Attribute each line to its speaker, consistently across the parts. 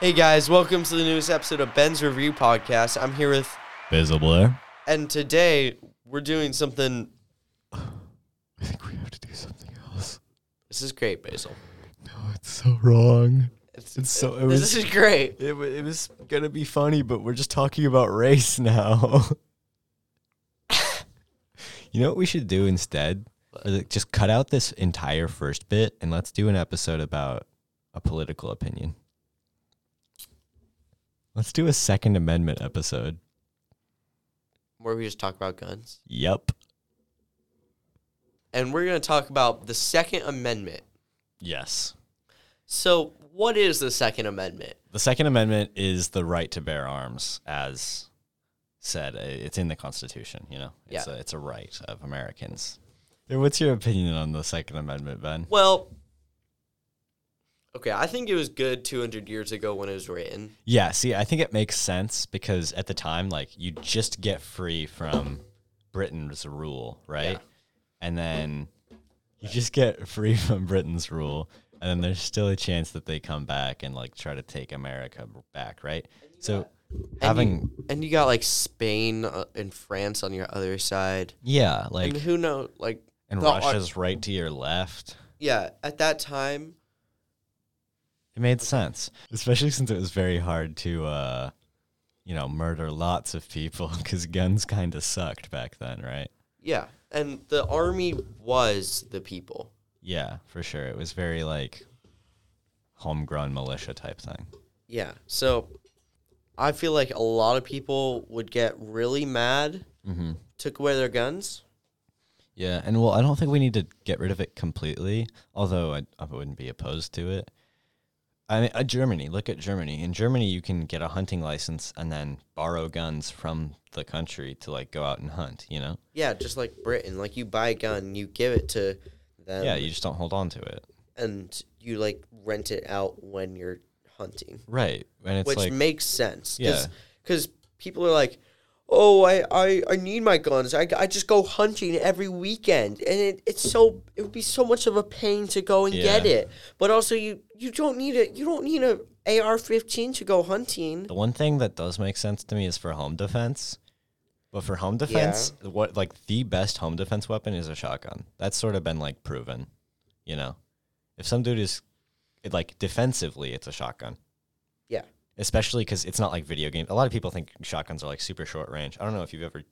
Speaker 1: Hey guys, welcome to the newest episode of Ben's Review Podcast. I'm here with,
Speaker 2: Visible.
Speaker 1: and today we're doing something.
Speaker 2: I think we have to do something else.
Speaker 1: This is great, Basil.
Speaker 2: No, it's so wrong.
Speaker 1: It's,
Speaker 2: It's so- it
Speaker 1: this
Speaker 2: was-
Speaker 1: is great.
Speaker 2: It, wa- it was gonna be funny, but we're just talking about race now. you know what we should do instead? Is like, Just cut out this entire first bit and let's do an episode about a political opinion. Let's do a Second Amendment episode.
Speaker 1: Where we just talk about guns,
Speaker 2: Yep.
Speaker 1: and we're going to talk about the Second Amendment.
Speaker 2: Yes.
Speaker 1: So, what is the Second Amendment?
Speaker 2: The Second Amendment is the right to bear arms, as said. uh, It's in the Constitution. You know, it's
Speaker 1: Yeah.
Speaker 2: a, it's a right of Americans. Yeah, What's your opinion on the Second Amendment, Ben?
Speaker 1: Well, okay, I think it was good 200 years ago when it was written.
Speaker 2: Yeah, see, I think it makes sense because at the time, like, you just get free from Britain's rule, right?
Speaker 1: Yeah.
Speaker 2: And then you just get free from Britain's rule, and then there's still a chance that they come back and like try to take America back, right? So having
Speaker 1: And you got like Spain uh, and France on your other side.
Speaker 2: yeah, like
Speaker 1: and who knows? Like,
Speaker 2: and
Speaker 1: the ar-
Speaker 2: Russia's right to your left.
Speaker 1: yeah, at that time,
Speaker 2: It made sense, especially since it was very hard to, uh, you know, murder lots of people because guns kind of sucked back then, right?
Speaker 1: yeah. And the army was the people.
Speaker 2: Yeah, for sure. It was very like homegrown militia type thing.
Speaker 1: Yeah. So I feel like a lot of people would get really mad,
Speaker 2: Mm-hmm.
Speaker 1: took away their guns.
Speaker 2: Yeah, and well, I don't think we need to get rid of it completely, although I, I wouldn't be opposed to it. I mean, uh, Germany, look at Germany. In Germany, you can get a hunting license and then borrow guns from the country to like go out and hunt, you know?
Speaker 1: Yeah, just like Britain. Like you buy a gun, you give it to them
Speaker 2: yeah, you just don't hold on to it.
Speaker 1: and you like rent it out when you're hunting.
Speaker 2: Right. And it's
Speaker 1: which
Speaker 2: like
Speaker 1: makes sense.
Speaker 2: Yeah.
Speaker 1: Because people are like, oh, I, I, I need my guns. I, I just go hunting every weekend. And it, it's so, it would be so much of a pain to go and get
Speaker 2: Yeah.
Speaker 1: it. But also you, you don't need a, you don't need a AR-15 to go hunting.
Speaker 2: the one thing that does make sense to me is for home defense. But for home defense, what like the best home defense weapon is a shotgun. That's sort of been like proven, you know. If some dude is it, like defensively, it's a shotgun.
Speaker 1: Yeah.
Speaker 2: Especially cuz it's not like video game. A lot of people think shotguns are like super short range. I don't know if you've ever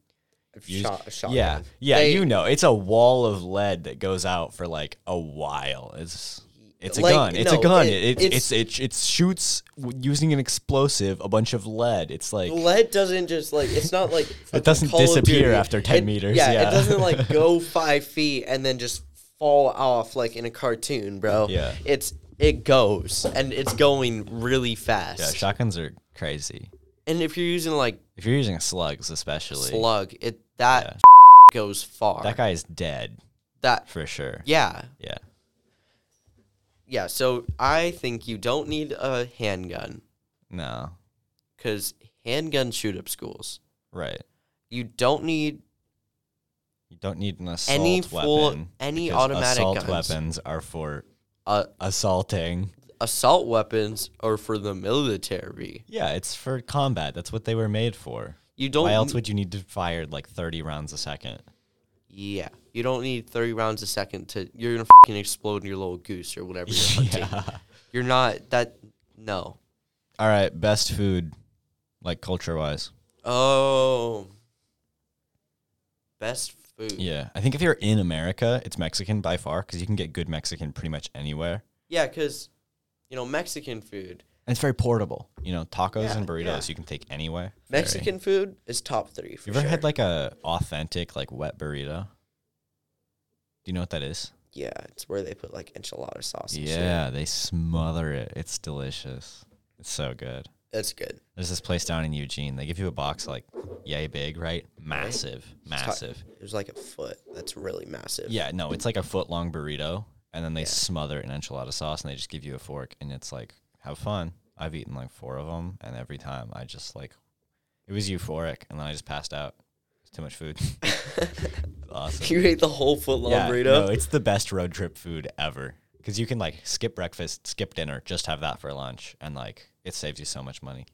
Speaker 1: I've
Speaker 2: used
Speaker 1: shot a shotgun.
Speaker 2: Yeah. Yeah,
Speaker 1: They-
Speaker 2: you know. It's a wall of lead that goes out for like a while. It's it's a
Speaker 1: Like,
Speaker 2: gun. It's
Speaker 1: no,
Speaker 2: a gun.
Speaker 1: it-
Speaker 2: It, it,
Speaker 1: it's-
Speaker 2: it's, it, it shoots w- using an explosive, a bunch of lead. It's like
Speaker 1: Lead doesn't just like it's not like fucking
Speaker 2: doesn't
Speaker 1: Call of
Speaker 2: disappear
Speaker 1: Duty.
Speaker 2: after 10
Speaker 1: It-
Speaker 2: meters,
Speaker 1: Yeah, it
Speaker 2: yeah.
Speaker 1: doesn't like go five feet and then just fall off like in a cartoon, bro.
Speaker 2: Yeah.
Speaker 1: it's it goes and it's going really fast.
Speaker 2: Yeah, shotguns are crazy.
Speaker 1: and if you're using like
Speaker 2: If you're using slugs, especially,
Speaker 1: slug, it that goes far.
Speaker 2: that guy is dead
Speaker 1: that
Speaker 2: for sure.
Speaker 1: yeah
Speaker 2: Yeah.
Speaker 1: yeah. So I think you don't need a handgun
Speaker 2: No.
Speaker 1: because handguns shoot up schools.
Speaker 2: Right.
Speaker 1: You don't need
Speaker 2: You don't need an assault
Speaker 1: Any full-
Speaker 2: weapon.
Speaker 1: any
Speaker 2: because
Speaker 1: automatic
Speaker 2: assault
Speaker 1: guns.
Speaker 2: weapons are for
Speaker 1: uh,
Speaker 2: assaulting.
Speaker 1: assault weapons or for the military.
Speaker 2: Yeah, it's for combat. That's what they were made for.
Speaker 1: You don't
Speaker 2: Why else would you need to fire like 30 rounds a second?
Speaker 1: Yeah, you don't need thirty rounds a second to. You're gonna fucking explode your little goose or whatever you're hunting.
Speaker 2: Yeah.
Speaker 1: You're not that. No.
Speaker 2: All right, best food, like culture wise.
Speaker 1: Oh. Best food.
Speaker 2: Yeah, I think if you're in America, it's Mexican by far because you can get good Mexican pretty much anywhere.
Speaker 1: Yeah, cause, you know, Mexican food.
Speaker 2: And it's very portable. You know, tacos
Speaker 1: Yeah,
Speaker 2: and burritos
Speaker 1: yeah.
Speaker 2: you can take anywhere. Very-
Speaker 1: Mexican food is top three. For
Speaker 2: You ever
Speaker 1: sure.
Speaker 2: had like a authentic like wet burrito? Do you know what that is?
Speaker 1: Yeah, it's where they put like enchilada sauce. And shit.
Speaker 2: Yeah, they smother it. It's delicious. It's so good.
Speaker 1: that's good.
Speaker 2: There's this place down in Eugene. They give you a box like yay big, right? Massive,
Speaker 1: Ta-
Speaker 2: massive.
Speaker 1: It was like a foot. That's really massive.
Speaker 2: Yeah, no, it's like a foot long burrito, and then they smother it in enchilada sauce, and they just give you a fork, and it's like, have fun. I've eaten like four of them, and every time I just like, it was euphoric, and then I just passed out. It's too much food. awesome.
Speaker 1: You ate the whole foot long
Speaker 2: yeah,
Speaker 1: burrito.
Speaker 2: no, it's the best road trip food ever. because you can like skip breakfast, skip dinner, just have that for lunch, and like it saves you so much money.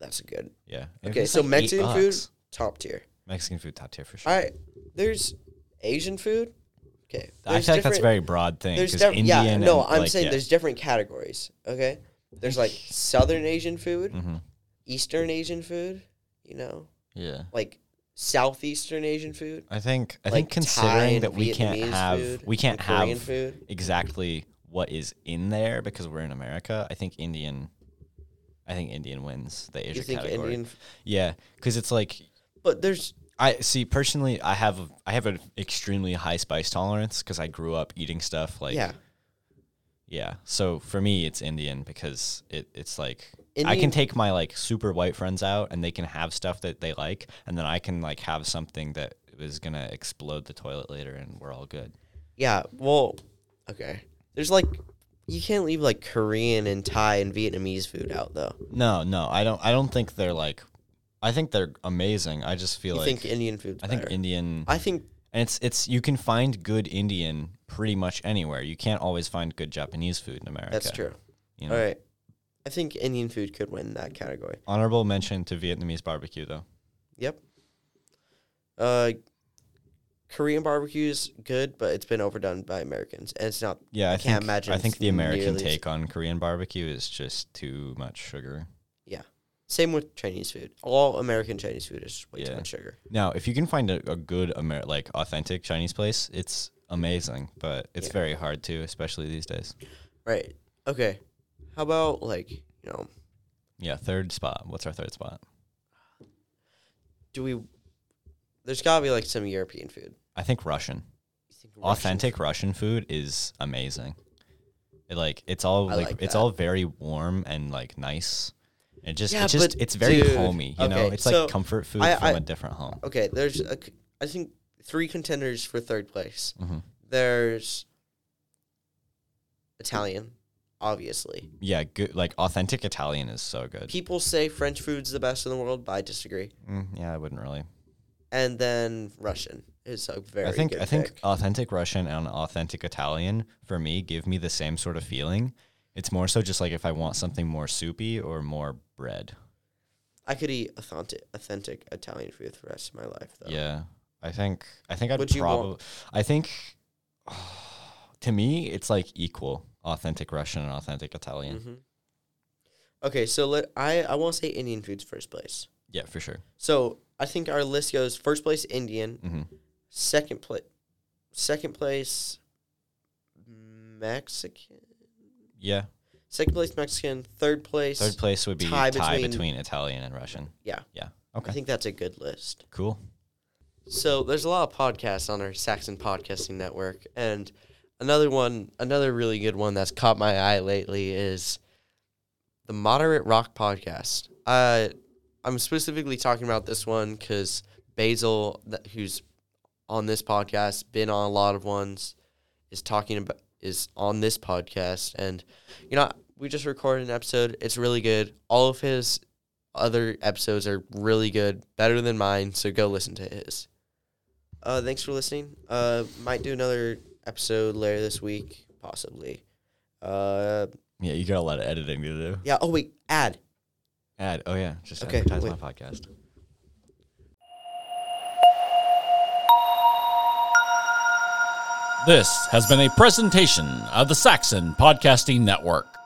Speaker 1: That's good.
Speaker 2: Yeah. It
Speaker 1: Okay,
Speaker 2: was,
Speaker 1: so
Speaker 2: like, eight
Speaker 1: Mexican food,
Speaker 2: bucks.
Speaker 1: top tier.
Speaker 2: Mexican food top tier for sure.
Speaker 1: All right, there's Asian food. Okay,
Speaker 2: I
Speaker 1: there's
Speaker 2: feel like that's a
Speaker 1: different-
Speaker 2: very broad thing.
Speaker 1: There's
Speaker 2: 'cause
Speaker 1: different.
Speaker 2: Indian
Speaker 1: Yeah, no,
Speaker 2: and,
Speaker 1: I'm
Speaker 2: like,
Speaker 1: saying
Speaker 2: yeah.
Speaker 1: there's different categories. Okay, there's like Southern Asian food,
Speaker 2: Mhm.
Speaker 1: Eastern Asian food. You know,
Speaker 2: yeah.
Speaker 1: like Southeastern Asian food.
Speaker 2: I think I
Speaker 1: like
Speaker 2: think
Speaker 1: Thai
Speaker 2: considering
Speaker 1: and
Speaker 2: that we can't
Speaker 1: Vietnamese
Speaker 2: have
Speaker 1: food
Speaker 2: we
Speaker 1: and
Speaker 2: can't
Speaker 1: Korean
Speaker 2: have
Speaker 1: food.
Speaker 2: exactly what is in there because we're in America. I think Indian, I think Indian wins the Asia
Speaker 1: You think
Speaker 2: category.
Speaker 1: Indian? f-
Speaker 2: Yeah, because it's like
Speaker 1: But there's
Speaker 2: I see personally. I have a- I have an extremely high spice tolerance because I grew up eating stuff like
Speaker 1: yeah.
Speaker 2: yeah. So for me, it's Indian because it it's like I
Speaker 1: Indian-
Speaker 2: can take my like super white friends out and they can have stuff that they like, and then I can like have something that is gonna explode the toilet later, and we're all good.
Speaker 1: Yeah, well, okay. There's like you can't leave like Korean and Thai and Vietnamese food out though.
Speaker 2: No, no, I don't. I don't think they're like. I think they're amazing. I just feel
Speaker 1: You
Speaker 2: like
Speaker 1: think Indian food's
Speaker 2: I think
Speaker 1: better.
Speaker 2: Indian.
Speaker 1: I think
Speaker 2: and it's it's you can find good Indian pretty much anywhere. You can't always find good Japanese food in America.
Speaker 1: that's true.
Speaker 2: You know?
Speaker 1: All right. I think Indian food could win that category.
Speaker 2: Honorable mention to Vietnamese barbecue though.
Speaker 1: Yep. Uh Korean barbecue's good, but it's been overdone by Americans and it's not
Speaker 2: Yeah, I,
Speaker 1: can't
Speaker 2: think,
Speaker 1: imagine
Speaker 2: I think
Speaker 1: it's
Speaker 2: the American
Speaker 1: nearly as-
Speaker 2: take on Korean barbecue is just too much sugar.
Speaker 1: same with Chinese food. All American Chinese food is way too
Speaker 2: Yeah.
Speaker 1: much sugar.
Speaker 2: Now, if you can find a, a good Amer- like authentic Chinese place, it's amazing, but it's
Speaker 1: Yeah.
Speaker 2: very hard to, especially these days.
Speaker 1: Right. Okay. How about like, you know,
Speaker 2: Yeah, third spot. What's our third spot?
Speaker 1: do we there's gotta be like some European food.
Speaker 2: I think Russian.
Speaker 1: You think Russian
Speaker 2: authentic Russian food is amazing. It, like it's all
Speaker 1: I
Speaker 2: like,
Speaker 1: like
Speaker 2: it's
Speaker 1: that.
Speaker 2: all very warm and like nice. It just
Speaker 1: Yeah,
Speaker 2: it just
Speaker 1: but
Speaker 2: it's very
Speaker 1: dude,
Speaker 2: homey, you know.
Speaker 1: okay,
Speaker 2: It's
Speaker 1: so
Speaker 2: like comfort food
Speaker 1: I-
Speaker 2: from
Speaker 1: I-
Speaker 2: a different home.
Speaker 1: okay, there's a c I think three contenders for third place.
Speaker 2: hmm
Speaker 1: There's Italian, obviously.
Speaker 2: Yeah, good like authentic Italian is so good.
Speaker 1: People say French food's the best in the world, but I disagree.
Speaker 2: Mm, yeah, I wouldn't really.
Speaker 1: And then Russian is a very
Speaker 2: I think
Speaker 1: good
Speaker 2: I think uh,
Speaker 1: pick.
Speaker 2: authentic Russian and authentic Italian for me give me the same sort of feeling. It's more so just like if I want something more soupy or more bread.
Speaker 1: I could eat authentic authentic Italian food for the rest of my life though.
Speaker 2: Yeah, I think I think I'd
Speaker 1: Would you
Speaker 2: probably.
Speaker 1: want-
Speaker 2: I think to me, it's like equal authentic Russian and authentic Italian.
Speaker 1: hmm Okay, so let I I won't say Indian food's first place.
Speaker 2: Yeah, for sure.
Speaker 1: So I think our list goes first place Indian,
Speaker 2: hmm
Speaker 1: second place, second place Mexican,
Speaker 2: Yeah,
Speaker 1: second place Mexican, third place.
Speaker 2: third place would be
Speaker 1: tie
Speaker 2: tie,
Speaker 1: between-
Speaker 2: between, Italian and Russian.
Speaker 1: Yeah.
Speaker 2: Yeah.
Speaker 1: I
Speaker 2: Okay.
Speaker 1: think that's a good list.
Speaker 2: cool.
Speaker 1: So there's a lot of podcasts on our Saxon Podcasting Network, and another one, another really good one that's caught my eye lately is the Moderate Rock Podcast. Uh, I'm specifically talking about this one because Basil, th- who's on this podcast, been on a lot of ones, is talking about is on this podcast, and you know we just recorded an episode. It's really good. All of his other episodes are really good, better than mine. So go listen to his. Uh, thanks for listening. Uh, might do another episode later this week, possibly. Uh,
Speaker 2: Yeah, you got a lot of editing to do.
Speaker 1: yeah. Oh wait, ad.
Speaker 2: Ad. Oh yeah, just
Speaker 1: Okay,
Speaker 2: advertise
Speaker 1: wait.
Speaker 2: my podcast.
Speaker 3: This has been a presentation of the Saxon Podcasting Network.